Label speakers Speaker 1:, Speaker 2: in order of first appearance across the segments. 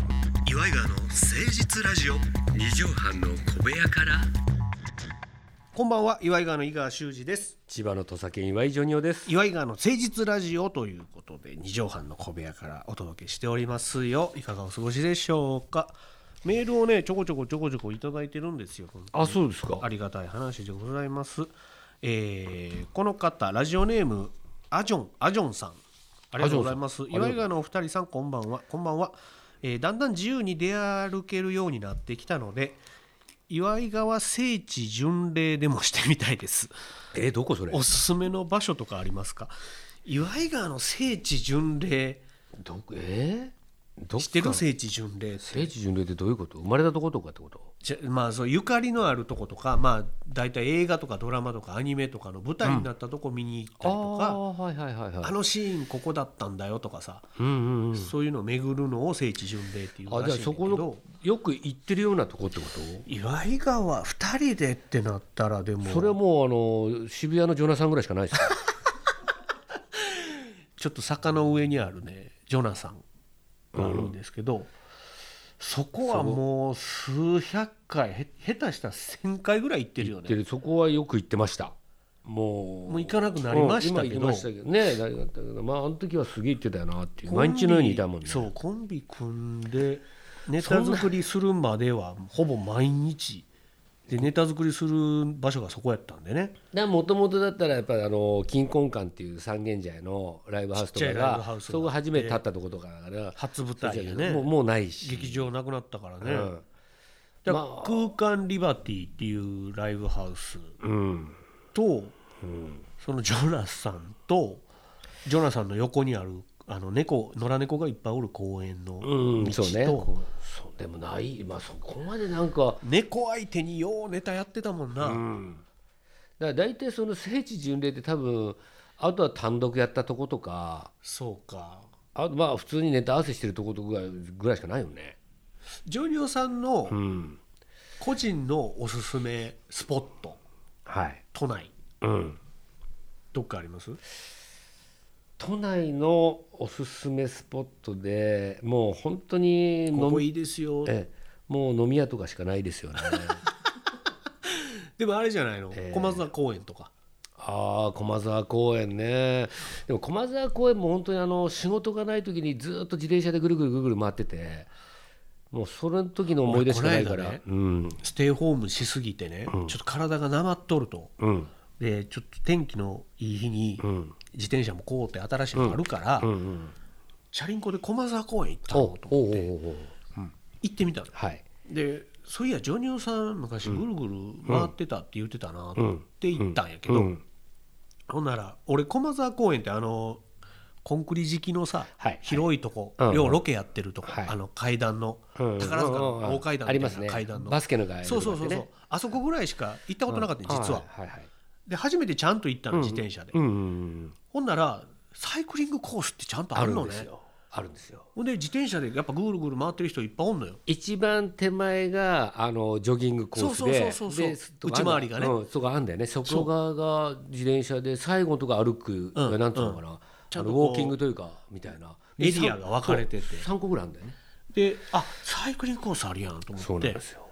Speaker 1: イガーの誠実ラジオ
Speaker 2: 二畳半の小部屋から
Speaker 1: こんばんは岩井川の井川修司です
Speaker 2: 千葉の土佐県岩井ジョニオです
Speaker 1: 岩井川の誠実ラジオということで二畳半の小部屋からお届けしておりますよいかがお過ごしでしょうかメールをねちょこちょこちょこちょこいただいてるんですよ
Speaker 2: あそうですか
Speaker 1: ありがたい話でございます、えーこの方ラジオネームアジョンアジョンさんありがとうございます
Speaker 2: アジョンさん
Speaker 1: 岩井川のお二人さんこんばんはこんばんは、えーだんだん自由に出歩けるようになってきたので岩井川聖地巡礼でもしてみたいです
Speaker 2: えどこそれ
Speaker 1: おすすめの場所とかありますか岩井川の聖地巡礼
Speaker 2: どこえー、どっか
Speaker 1: 知ってる聖地巡礼って
Speaker 2: 聖地巡礼ってどういうこと生まれたとことかってこと
Speaker 1: じゃまあそうゆかりのあるとことかまあ大体映画とかドラマとかアニメとかの舞台になったとこ見に行ったりとか、
Speaker 2: ーはいはいはい
Speaker 1: あ
Speaker 2: はい
Speaker 1: のシーンここだったんだよとかさ、
Speaker 2: うんうんうん
Speaker 1: そういうのを巡るのを聖地巡礼っていう
Speaker 2: あ
Speaker 1: ら
Speaker 2: じゃ
Speaker 1: し
Speaker 2: あ
Speaker 1: いんだ
Speaker 2: そ
Speaker 1: け
Speaker 2: この
Speaker 1: ど
Speaker 2: よく行ってるようなとこってこと
Speaker 1: 岩井川2人でってなったらでも
Speaker 2: それはもうあの渋谷のジョナさんぐらいしかないですよ
Speaker 1: ちょっと坂の上にあるねジョナサンがあるんですけど、そこはもう数百回へ下手したら1,000回ぐらい行ってるよね
Speaker 2: でそこはよく行ってましたもう
Speaker 1: もう行かなくなりましたけ
Speaker 2: うん
Speaker 1: ど
Speaker 2: 今行きましたけどねだけどまああの時はすげえ行ってたよなっていう毎日のようにいたもんね
Speaker 1: そうコンビ組んでネタ作りするまではほぼ毎日でネタ作りする場所がそこやったんでね
Speaker 2: もともとだったらやっぱりあの金婚館っていう三軒茶屋のライブハウスと
Speaker 1: ち
Speaker 2: か
Speaker 1: っちゃいライブハ
Speaker 2: が
Speaker 1: ウスが
Speaker 2: そこ初めて立ったとことかだから
Speaker 1: 初舞台でね
Speaker 2: もうもうないし
Speaker 1: 劇場なくなったからね、だ
Speaker 2: うん
Speaker 1: から
Speaker 2: ま
Speaker 1: 空間リバティっていうライブハウス
Speaker 2: うん
Speaker 1: と、そのジョナサンとジョナサンの横にあるあの猫野良猫がいっぱいおる公園の道と、
Speaker 2: うんそうねこうそうでもないまあそこまでなんか
Speaker 1: 猫相手にようネタやってたもんな、
Speaker 2: だから大体その聖地巡礼って多分あとは単独やったとことか
Speaker 1: そうか
Speaker 2: あとまあ普通にネタ合わせしてるとことぐらいぐらいしかないよね
Speaker 1: ジョニオさんの
Speaker 2: うん
Speaker 1: 個人のおすすめスポット
Speaker 2: はい
Speaker 1: 都内
Speaker 2: うん
Speaker 1: どっかあります
Speaker 2: 都内のおすすめスポットでもう本当に
Speaker 1: こ
Speaker 2: 飲
Speaker 1: こ
Speaker 2: み
Speaker 1: いいですよ
Speaker 2: ええもう飲み屋とかしかないですよ ね
Speaker 1: でもあれじゃないの、小松菜公園とか
Speaker 2: ああ駒沢公園ねでも駒沢公園も本当にあの仕事がない時にずっと自転車でぐるぐるぐるぐる回っててもうその時の思い出しかないから、
Speaker 1: 俺こ
Speaker 2: うん
Speaker 1: ステイホームしすぎてね、ちょっと体がなまっとると
Speaker 2: うん
Speaker 1: でちょっと天気のいい日に、
Speaker 2: うん
Speaker 1: 自転車もこうって新しいのあるから、
Speaker 2: うんうん
Speaker 1: チャリンコで駒沢公園行った
Speaker 2: お
Speaker 1: の
Speaker 2: お
Speaker 1: と
Speaker 2: おおお
Speaker 1: 行ってみたの
Speaker 2: はい
Speaker 1: でそういやジョニオさん昔ぐるぐる回ってたって言ってたなと思って行ったんやけど、
Speaker 2: うん
Speaker 1: ほんなら俺駒沢公園ってあのコンクリ敷きのさ、
Speaker 2: はい
Speaker 1: 広いとこ、
Speaker 2: うんうん
Speaker 1: 要ロケやってるとこ、
Speaker 2: はい
Speaker 1: あの階段の、
Speaker 2: うん
Speaker 1: 宝塚の大階段
Speaker 2: あり
Speaker 1: み
Speaker 2: ま
Speaker 1: た
Speaker 2: す
Speaker 1: い
Speaker 2: ね
Speaker 1: な階段の、
Speaker 2: バスケの階段
Speaker 1: そうそう
Speaker 2: と
Speaker 1: そう
Speaker 2: かで
Speaker 1: そう、
Speaker 2: ね
Speaker 1: あそこぐらいしか行ったことなかった、実は、
Speaker 2: はいはいはい
Speaker 1: で初めてちゃんと行ったの自転車で、
Speaker 2: うんうんうん
Speaker 1: ほんならサイクリングコースってちゃんとあ
Speaker 2: あ
Speaker 1: る
Speaker 2: るん
Speaker 1: の
Speaker 2: で
Speaker 1: ね
Speaker 2: すよあるんですよ
Speaker 1: ほんで自転車でやっぱぐるぐる回ってる人いっぱいおんのよ
Speaker 2: 一番手前があのジョギングコースで
Speaker 1: そうそうそうそう
Speaker 2: で
Speaker 1: 内回りがね
Speaker 2: うんとかあんだよね外側が自転車で最後のとか歩く、
Speaker 1: うん
Speaker 2: なんつうのかな、
Speaker 1: ちゃ
Speaker 2: あ
Speaker 1: んと
Speaker 2: の
Speaker 1: こう
Speaker 2: ウォーキングというかみたいな
Speaker 1: エリアが分かれてて
Speaker 2: 3個ぐらいあるんだよね
Speaker 1: であサイクリングコースあるやんと
Speaker 2: そ
Speaker 1: 思
Speaker 2: う
Speaker 1: っ
Speaker 2: なん
Speaker 1: て
Speaker 2: ですよ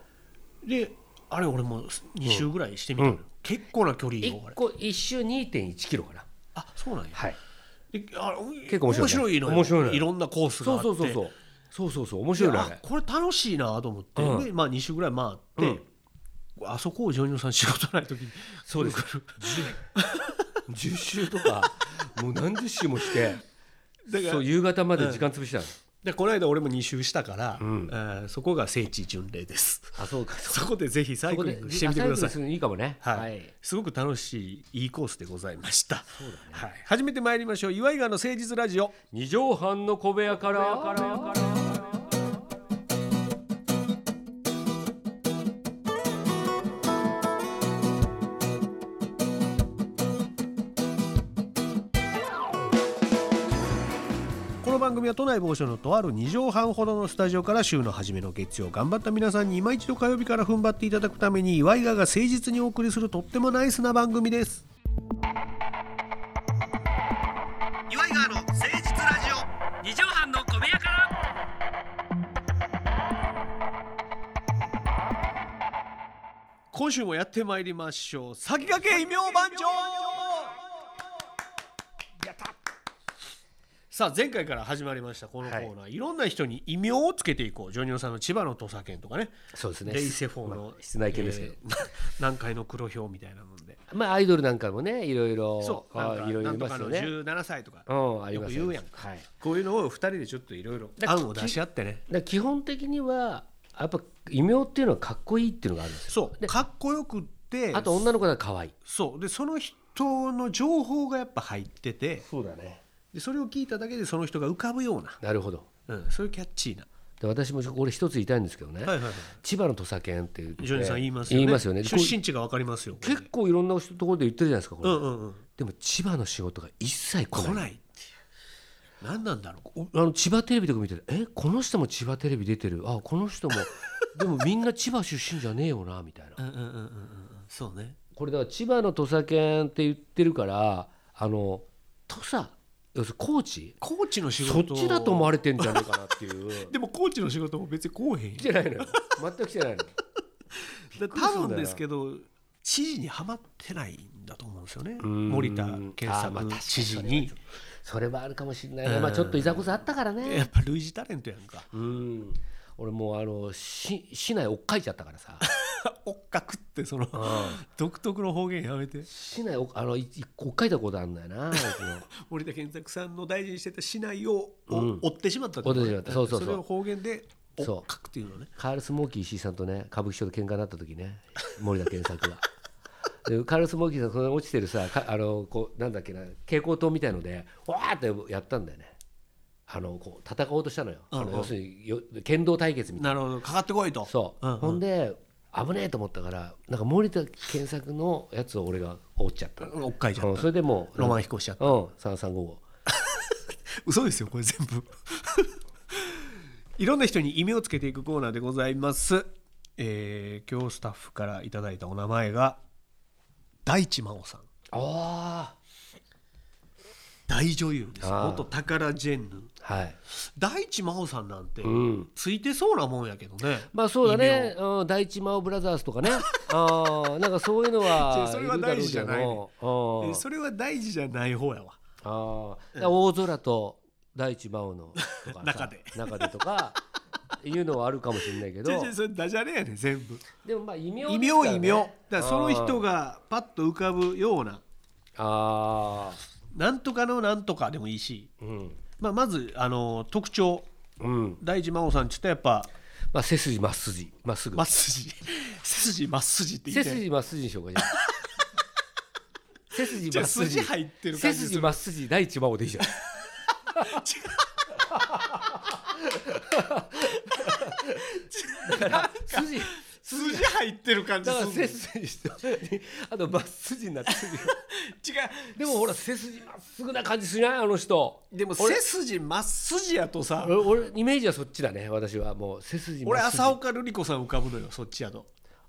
Speaker 1: であれ俺も2周ぐらいしてみたのよ、結構な距離よあ
Speaker 2: 1
Speaker 1: れ
Speaker 2: 個一周2.1キロかな
Speaker 1: あそうなんや、
Speaker 2: はい
Speaker 1: であ
Speaker 2: 結構面白いね
Speaker 1: いのよ
Speaker 2: 面白いね
Speaker 1: ろんなコースがあ
Speaker 2: そ
Speaker 1: っ
Speaker 2: う
Speaker 1: て
Speaker 2: そうそうそうそうそうそう面白い
Speaker 1: で
Speaker 2: ね
Speaker 1: あこれ楽しいなと思って、
Speaker 2: うん
Speaker 1: でまあ、2周ぐらい回って、あそこをジョニオさん仕事ない時に
Speaker 2: そう です10周とかもう何十周もして
Speaker 1: だから
Speaker 2: そう夕方まで時間潰したの、
Speaker 1: でこの間俺も2周したから、えーそこが聖地巡礼です
Speaker 2: あそうか
Speaker 1: そこでぜひサイ
Speaker 2: そこ
Speaker 1: ク
Speaker 2: で
Speaker 1: リングしてみてください
Speaker 2: いいいかもね
Speaker 1: はい、
Speaker 2: はい
Speaker 1: すごく楽しいいいコースでございました。はい、初めて参りましょう。岩井川の誠実ラジオ。
Speaker 2: 二畳半の小部屋から。
Speaker 1: この番組は都内某所のとある2畳半ほどのスタジオから週の初めの月曜頑張った皆さんに今一度火曜日から踏ん張っていただくために岩井川が誠実にお送りするとってもナイスな番組です岩井川の誠実ラジオ
Speaker 2: 二畳半の小部屋から。
Speaker 1: 今週もやってまいりましょう先駆け異名番長さあ前回から始まりましたこのコーナー、い、ろんな人に異名をつけていこうジョニオさんの千葉の土佐犬とかね
Speaker 2: そうですね
Speaker 1: レイセフォーの、
Speaker 2: まあ室内犬ですけど
Speaker 1: えーな 南海の黒ひょうみたいなもんで
Speaker 2: まあアイドルなんかもねいろいろ
Speaker 1: そうなん
Speaker 2: あ
Speaker 1: か
Speaker 2: いろい
Speaker 1: なん
Speaker 2: ろい
Speaker 1: と
Speaker 2: ま
Speaker 1: か
Speaker 2: すよ
Speaker 1: の
Speaker 2: ね
Speaker 1: 17歳とか、
Speaker 2: うんあります
Speaker 1: よく言うやん
Speaker 2: はいだか
Speaker 1: こういうのを2人でちょっといろいろ案を出し合ってね
Speaker 2: ら基本的にはやっぱ異名っていうのはかっこいいっていうのがあるんですよ
Speaker 1: そうかっこよくって
Speaker 2: あと女の子が可愛い
Speaker 1: そうでその人の情報がやっぱ入ってて
Speaker 2: そうだね
Speaker 1: でそれを聞いただけでその人が浮かぶような、
Speaker 2: なるほど
Speaker 1: うん、そういうキャッチーな、
Speaker 2: で私もこれ一つ言いたいんですけどね、
Speaker 1: はいはいはい、
Speaker 2: 千葉の土佐犬っていう、ね、
Speaker 1: ジョニーさん言いますよね
Speaker 2: 言いますよね
Speaker 1: 出身地が分かりますよ
Speaker 2: 結構いろんな人ところで言ってるじゃないですかこ
Speaker 1: う
Speaker 2: れ、
Speaker 1: んうんうん
Speaker 2: でも千葉の仕事が一切来
Speaker 1: 来
Speaker 2: ない
Speaker 1: ないっていう何なんだろう
Speaker 2: おあの千葉テレビとか見ててえこの人も千葉テレビ出てるあこの 人もでもみんな千葉出身じゃねえよなみたいな
Speaker 1: うんうんうんうんうんそうね
Speaker 2: これだから千葉の土佐犬って言ってるからあの土佐要するに高知
Speaker 1: コーチの仕
Speaker 2: そっ
Speaker 1: 事
Speaker 2: ちだと思われてんじゃねえかなってい う
Speaker 1: でもコーチの仕事も別にこうへんよ
Speaker 2: 来てないのよ全く来てないの
Speaker 1: だ
Speaker 2: くりするんだよな
Speaker 1: 多分ですけど知事にはまってないんだと思うんですよね
Speaker 2: うん
Speaker 1: 森田健
Speaker 2: あまあ確
Speaker 1: 作
Speaker 2: かに
Speaker 1: 知事に
Speaker 2: それはあるかもしれないね、まあ、ちょっといざこざあったからね
Speaker 1: やっぱ類似タレントやんか
Speaker 2: うん俺もうあのし市内追っかいちゃったからさ
Speaker 1: おっかくってその独特の方言やめて
Speaker 2: 市内おあのいい追っかいたことあんだよな僕も
Speaker 1: 森田健作さんの大事にしてた市内をお追ってしまったって
Speaker 2: 追ってしまったそうそうそう
Speaker 1: それを方言で「
Speaker 2: そう
Speaker 1: おっかく」っていうのね
Speaker 2: カール・スモーキー石井さんとね歌舞伎町で喧嘩になった時ね森田健作がでカール・スモーキーさんその落ちてるさかあのこうなんだっけな蛍光灯みたいのでわーってやったんだよねあのこう戦おうとしたのよ、あの要するによ剣道対決みたいな
Speaker 1: なるほどかかってこいと
Speaker 2: そう、
Speaker 1: うん
Speaker 2: ほんで危ねえと思ったからなんか森田健作のやつを俺が追っちゃった
Speaker 1: おっかいじゃん
Speaker 2: うんそれでもう
Speaker 1: ロマン飛行しちゃった
Speaker 2: うん3355
Speaker 1: 嘘ですよこれ全部 いろんな人に意味をつけていくコーナーでございます、えー、今日スタッフからいただいたお名前が大地真央さん
Speaker 2: あ
Speaker 1: 大女優です
Speaker 2: あー
Speaker 1: 元宝ジェンヌ
Speaker 2: あはい
Speaker 1: 大地真央さんなんて
Speaker 2: うん
Speaker 1: ついてそうなもんやけどね、
Speaker 2: まあそうだね、うん、第一魔王ブラザーズと かねああなんかそういうのは
Speaker 1: それ
Speaker 2: い
Speaker 1: は
Speaker 2: るだろう
Speaker 1: 大事じ
Speaker 2: け
Speaker 1: ゃないね
Speaker 2: どうん
Speaker 1: えそれは大事じゃない方やわ
Speaker 2: ああだから大空と第一魔王のとか さ
Speaker 1: 中で
Speaker 2: 中でとかいうのはあるかもしれないけ ど
Speaker 1: 違う違うそれダジャレやねん全部
Speaker 2: でもまあ異名です
Speaker 1: 異
Speaker 2: からね
Speaker 1: 名異名だからその人がパッと浮かぶような
Speaker 2: あ
Speaker 1: なんとかのなんとかでもいいし、
Speaker 2: あうん
Speaker 1: まあ、まずあの特徴
Speaker 2: うん
Speaker 1: 大地真央さんちょっとやっぱ
Speaker 2: まあ背筋まっすじまっすぐ
Speaker 1: まっすじ 背筋まっすじって言
Speaker 2: 背
Speaker 1: いたい
Speaker 2: 筋まっすじにしよう かじゃあ背筋まっす
Speaker 1: じゃ
Speaker 2: じ
Speaker 1: あ筋入ってる感
Speaker 2: 背
Speaker 1: じする
Speaker 2: 筋まっすじ第一魔王でいいじゃんだから筋
Speaker 1: 筋入ってる感じ
Speaker 2: だから
Speaker 1: す
Speaker 2: 背
Speaker 1: る
Speaker 2: 筋してあとまっすじになってるでもほら背筋まっすぐな感じするじゃないあの人
Speaker 1: 違うでも背筋まっすじやとさ
Speaker 2: 俺俺イメージはそっちだね私はもう背筋
Speaker 1: 俺
Speaker 2: まっすじ
Speaker 1: 朝岡瑠璃子さん浮かぶのよそっちやと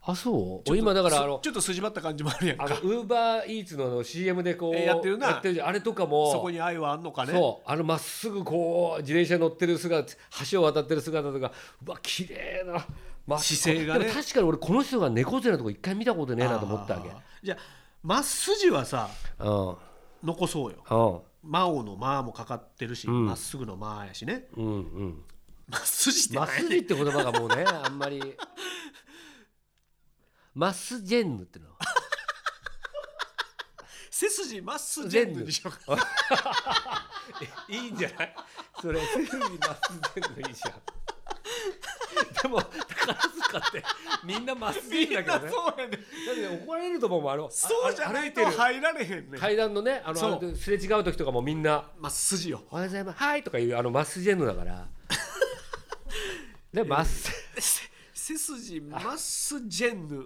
Speaker 2: あそう俺今だからあの
Speaker 1: ちょっと筋張った感じもあるやん
Speaker 2: あの
Speaker 1: か
Speaker 2: ウーバーイーツのあの CM でこう
Speaker 1: えやってるな
Speaker 2: じゃんあれとかも
Speaker 1: そこに愛はあんのかね
Speaker 2: そうあのまっすぐこう自転車乗ってる姿橋を渡ってる姿とかうわ綺麗な、まっすぐ
Speaker 1: 姿勢がね
Speaker 2: でも確かに俺この人が猫背なとこ一回見たことねえなと思ったわけ
Speaker 1: あーじゃあまっすじはさ
Speaker 2: う
Speaker 1: 残そうよ真央の「ま」もかかんるしま、っすぐの「ま」やしね
Speaker 2: んうんうんうん
Speaker 1: まっすじって
Speaker 2: まっすじって言葉がもうねあんまり マスジェンヌっての
Speaker 1: 背筋まっすじにしようか
Speaker 2: いいんじゃないそれセルビマスジェンヌいいじゃんでも宝塚ってみんなまっすぐだけどね
Speaker 1: そうやね
Speaker 2: だって怒られると思うもんあのあ
Speaker 1: そうじゃないと
Speaker 2: 歩いてる
Speaker 1: 入られへんねん
Speaker 2: 階段のねあの
Speaker 1: そう
Speaker 2: あのすれ違う時とかもみんな
Speaker 1: まっすじよ
Speaker 2: 「おはようございますはい」とかいうあのマスジェンヌだから でマス
Speaker 1: せ背筋まっすジェンヌ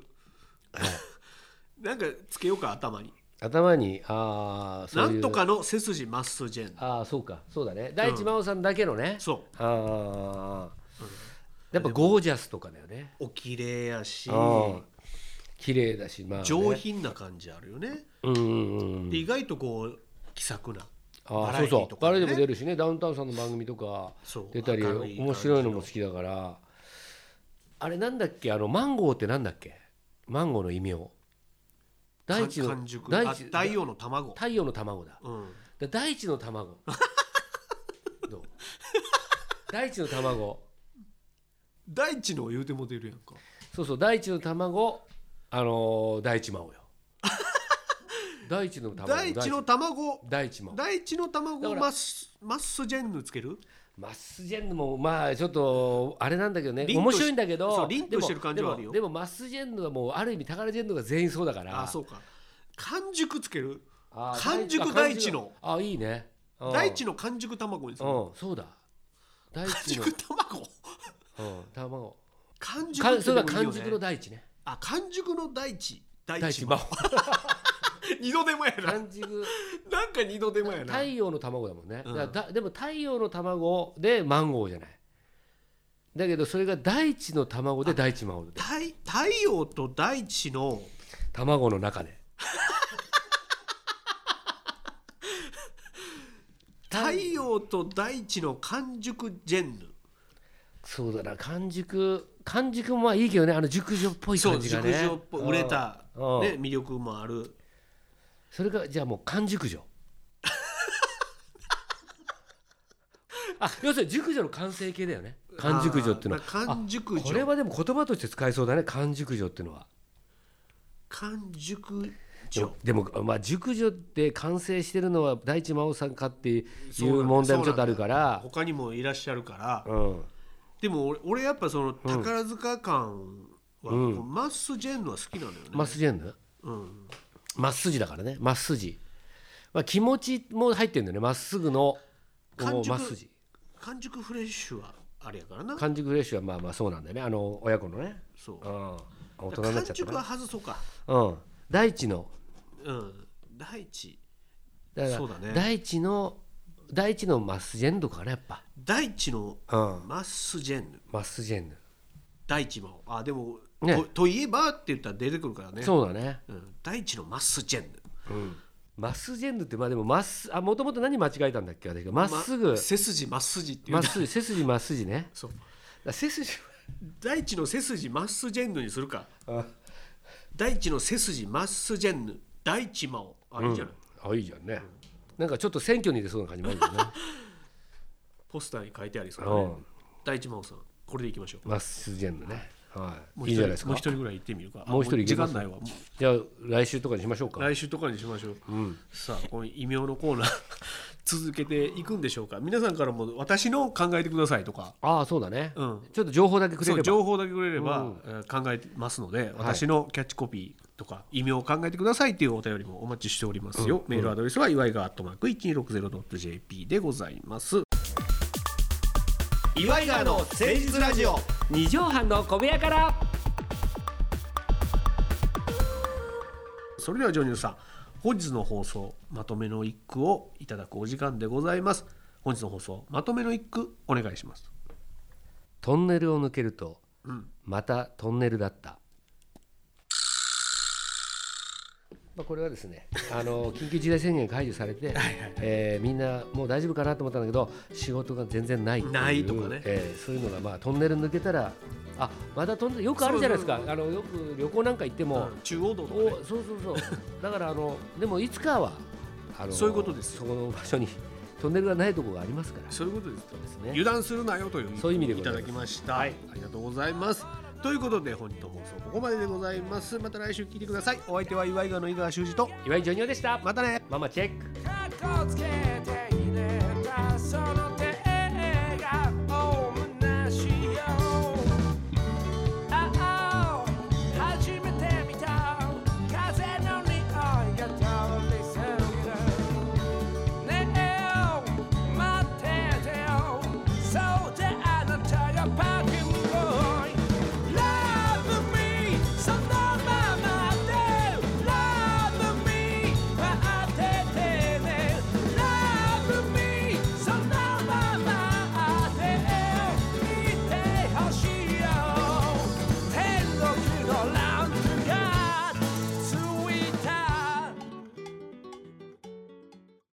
Speaker 1: なんかつけようか頭に
Speaker 2: 頭にああそ
Speaker 1: な
Speaker 2: ういうん
Speaker 1: とかの背筋まっすジェンヌ
Speaker 2: ああそうかそうだね大地真央さんだけのね、
Speaker 1: そ
Speaker 2: ああやっぱゴージャスとかだよね
Speaker 1: うおきれいやし
Speaker 2: うん綺麗だしまあ、ね、
Speaker 1: 上品な感じあるよね
Speaker 2: うんうんうん
Speaker 1: で意外とこう気さくな
Speaker 2: あ
Speaker 1: バ
Speaker 2: あ
Speaker 1: ラ
Speaker 2: そ
Speaker 1: エティ
Speaker 2: うそ
Speaker 1: ー
Speaker 2: う
Speaker 1: とか
Speaker 2: 誰
Speaker 1: ね
Speaker 2: でも出るしねダウンタウンさんの番組とか
Speaker 1: そう
Speaker 2: 出たり
Speaker 1: 明るい感じの
Speaker 2: 面白いのも好きだからあれなんだっけあのマンゴーってなんだっけマンゴーの異名大地の
Speaker 1: 完熟
Speaker 2: 大
Speaker 1: あ
Speaker 2: 地
Speaker 1: 大王の卵
Speaker 2: 太陽の卵だ
Speaker 1: うん
Speaker 2: だ大地の卵 どう大地の卵
Speaker 1: 大地の言うても出るやんか
Speaker 2: そうそう大地の卵あのー大地真央 よ大地の卵
Speaker 1: 大地の卵
Speaker 2: 大地真央
Speaker 1: 大地の卵
Speaker 2: だ
Speaker 1: を
Speaker 2: から
Speaker 1: マッスマッスジェンヌつける
Speaker 2: マッスジェンヌもまあちょっとあれなんだけどね
Speaker 1: 凛とし
Speaker 2: 面白いんだけ
Speaker 1: そ
Speaker 2: ど
Speaker 1: う凛としてる感じはあるよ
Speaker 2: でもでもでもマッスジェンヌはもうある意味宝ジェンヌが全員そうだから
Speaker 1: あそうか完熟つける
Speaker 2: あー
Speaker 1: 完熟大地の
Speaker 2: あいいねうん
Speaker 1: 大地の完熟卵にする
Speaker 2: うんそうだ大
Speaker 1: 完
Speaker 2: 地の
Speaker 1: 熟卵
Speaker 2: うん卵
Speaker 1: 完熟
Speaker 2: か
Speaker 1: っ
Speaker 2: そ
Speaker 1: て
Speaker 2: れ
Speaker 1: でもい
Speaker 2: が
Speaker 1: いよ
Speaker 2: 完
Speaker 1: ね
Speaker 2: 熟の大地ね
Speaker 1: あ完熟の大地大
Speaker 2: 大
Speaker 1: 地
Speaker 2: 地
Speaker 1: も
Speaker 2: 真央
Speaker 1: 二度でもやな
Speaker 2: 完熟
Speaker 1: なんか二度でもやな
Speaker 2: 太陽の卵だもんね、
Speaker 1: うん
Speaker 2: だからだでも太陽の卵でマンゴーじゃないだけどそれが大地の卵で大地マンゴーで
Speaker 1: 太太陽と大地の
Speaker 2: 卵の中で
Speaker 1: 太陽と大地の完熟ジェンヌ
Speaker 2: そうだな完熟完熟もまあいいけどねあの熟女っぽい
Speaker 1: そ
Speaker 2: 感
Speaker 1: う
Speaker 2: じが
Speaker 1: 熟
Speaker 2: ね
Speaker 1: 女っぽい売れた、ね、
Speaker 2: うんうん
Speaker 1: 魅力もある
Speaker 2: それがじゃあもう完 熟女あ要するに熟女の完成形だよね完熟女っていうのは
Speaker 1: あーだから完熟女
Speaker 2: これはでも言葉として使えそうだね完熟女っていうのは
Speaker 1: 完熟
Speaker 2: で
Speaker 1: 女
Speaker 2: もでも、まあ、熟女って完成してるのは大地真央さんかってい
Speaker 1: そうなんだ
Speaker 2: う問題もちょっとあるから
Speaker 1: 他にもいらっしゃるから
Speaker 2: うん
Speaker 1: でも俺俺やっぱその宝塚感は、
Speaker 2: うん
Speaker 1: こうマッスジェンヌは好きなのよね、
Speaker 2: マッスジェンヌ
Speaker 1: うん、
Speaker 2: まっすじだからねまっすじ、まあ、気持ちも入ってるんだよねまっすぐの
Speaker 1: 完熟
Speaker 2: まっすじ
Speaker 1: 完熟フレッシュはあれやからな
Speaker 2: 完熟フレッシュはまあまあそうなんだよねあの親子のね、
Speaker 1: そう
Speaker 2: うん、大人にな
Speaker 1: 完
Speaker 2: っちゃった
Speaker 1: 熟
Speaker 2: な
Speaker 1: は外そうか
Speaker 2: うん大地の
Speaker 1: うん大地
Speaker 2: だか
Speaker 1: そうだね
Speaker 2: ら大地の大地のマッスジェンヌかなやっぱ
Speaker 1: 大地の
Speaker 2: うん
Speaker 1: マッスジェンヌ
Speaker 2: マッスジェンヌ
Speaker 1: 大地もあでも、
Speaker 2: ね
Speaker 1: とといえばって言ったら出てくるからね
Speaker 2: そうだね
Speaker 1: うん、大地のマッスジェンヌ
Speaker 2: マスジェンヌってまあでもまっすあもともと何間違えたんだっけ私がまっすぐ
Speaker 1: 背筋まっすじっていう
Speaker 2: まっすぐ背筋まっすじ ね
Speaker 1: そう
Speaker 2: だ背筋
Speaker 1: 大地の背筋マッスジェンヌにするか
Speaker 2: あ
Speaker 1: 大地の背筋マッスジェンヌ大地真央あれじゃない、
Speaker 2: あいいじゃんねなんかちょっと選挙に出そうな感じもあるよ ね
Speaker 1: ポスターに書いてありそうだね、
Speaker 2: うん
Speaker 1: 大地真央さんこれでいきましょう
Speaker 2: マスジェンヌねは
Speaker 1: もう
Speaker 2: いいい
Speaker 1: 一人
Speaker 2: じゃないです
Speaker 1: もう
Speaker 2: か
Speaker 1: 一人ぐらい行ってみるかあ
Speaker 2: もう一人行
Speaker 1: 時
Speaker 2: けま
Speaker 1: 間
Speaker 2: す
Speaker 1: ないわもう
Speaker 2: じゃあ来週とかにしましょうか
Speaker 1: 来週とかにしましょう、さあこの異名のコーナー 続けていくんでしょうか皆さんからも私の考えてくださいとか
Speaker 2: ああそうだね
Speaker 1: うん
Speaker 2: ちょっと情報だけくれ
Speaker 1: そ
Speaker 2: れ
Speaker 1: う
Speaker 2: ば
Speaker 1: 情報だけくれれば、えー考えてますので、私のキャッチコピーとか異名を考えてくださいっていうお便りもお待ちしておりますよ、メールアドレスは祝いがアットマーク 1260.jp でございます岩井川の誠実ラジオ
Speaker 2: 二畳半の小部屋から
Speaker 1: それではジョニューさん本日の放送まとめの一句をいただくお時間でございます本日の放送まとめの一句お願いします
Speaker 2: トンネルを抜けると
Speaker 1: うん
Speaker 2: またトンネルだった。まあ、これはですね、あの緊急事態宣言解除されて、えーみんなもう大丈夫かなと思ったんだけど、仕事が全然ないっていう
Speaker 1: ないとかね
Speaker 2: えーそういうのがまあトンネル抜けたら、あまたトンネルよくあるじゃないですか。あのよく旅行なんか行っても、
Speaker 1: 中央道とか
Speaker 2: お
Speaker 1: ね
Speaker 2: そうそうそう。だからあのでもいつかはあの
Speaker 1: そういうことです
Speaker 2: そこの場所にトンネルがないところがありますから。
Speaker 1: そういうことです
Speaker 2: そうですね。
Speaker 1: 油断するなよという
Speaker 2: そういう意味で
Speaker 1: い
Speaker 2: ご
Speaker 1: た
Speaker 2: ざい
Speaker 1: だ
Speaker 2: ま
Speaker 1: き
Speaker 2: す
Speaker 1: ました、ありがとうございますということで本日の放送ここまででございますまた来週聞いてくださいお相手は岩井川の井川修司と
Speaker 2: 岩井ジョニオでした。
Speaker 1: またね
Speaker 2: ママチェック。
Speaker 3: 格好つけて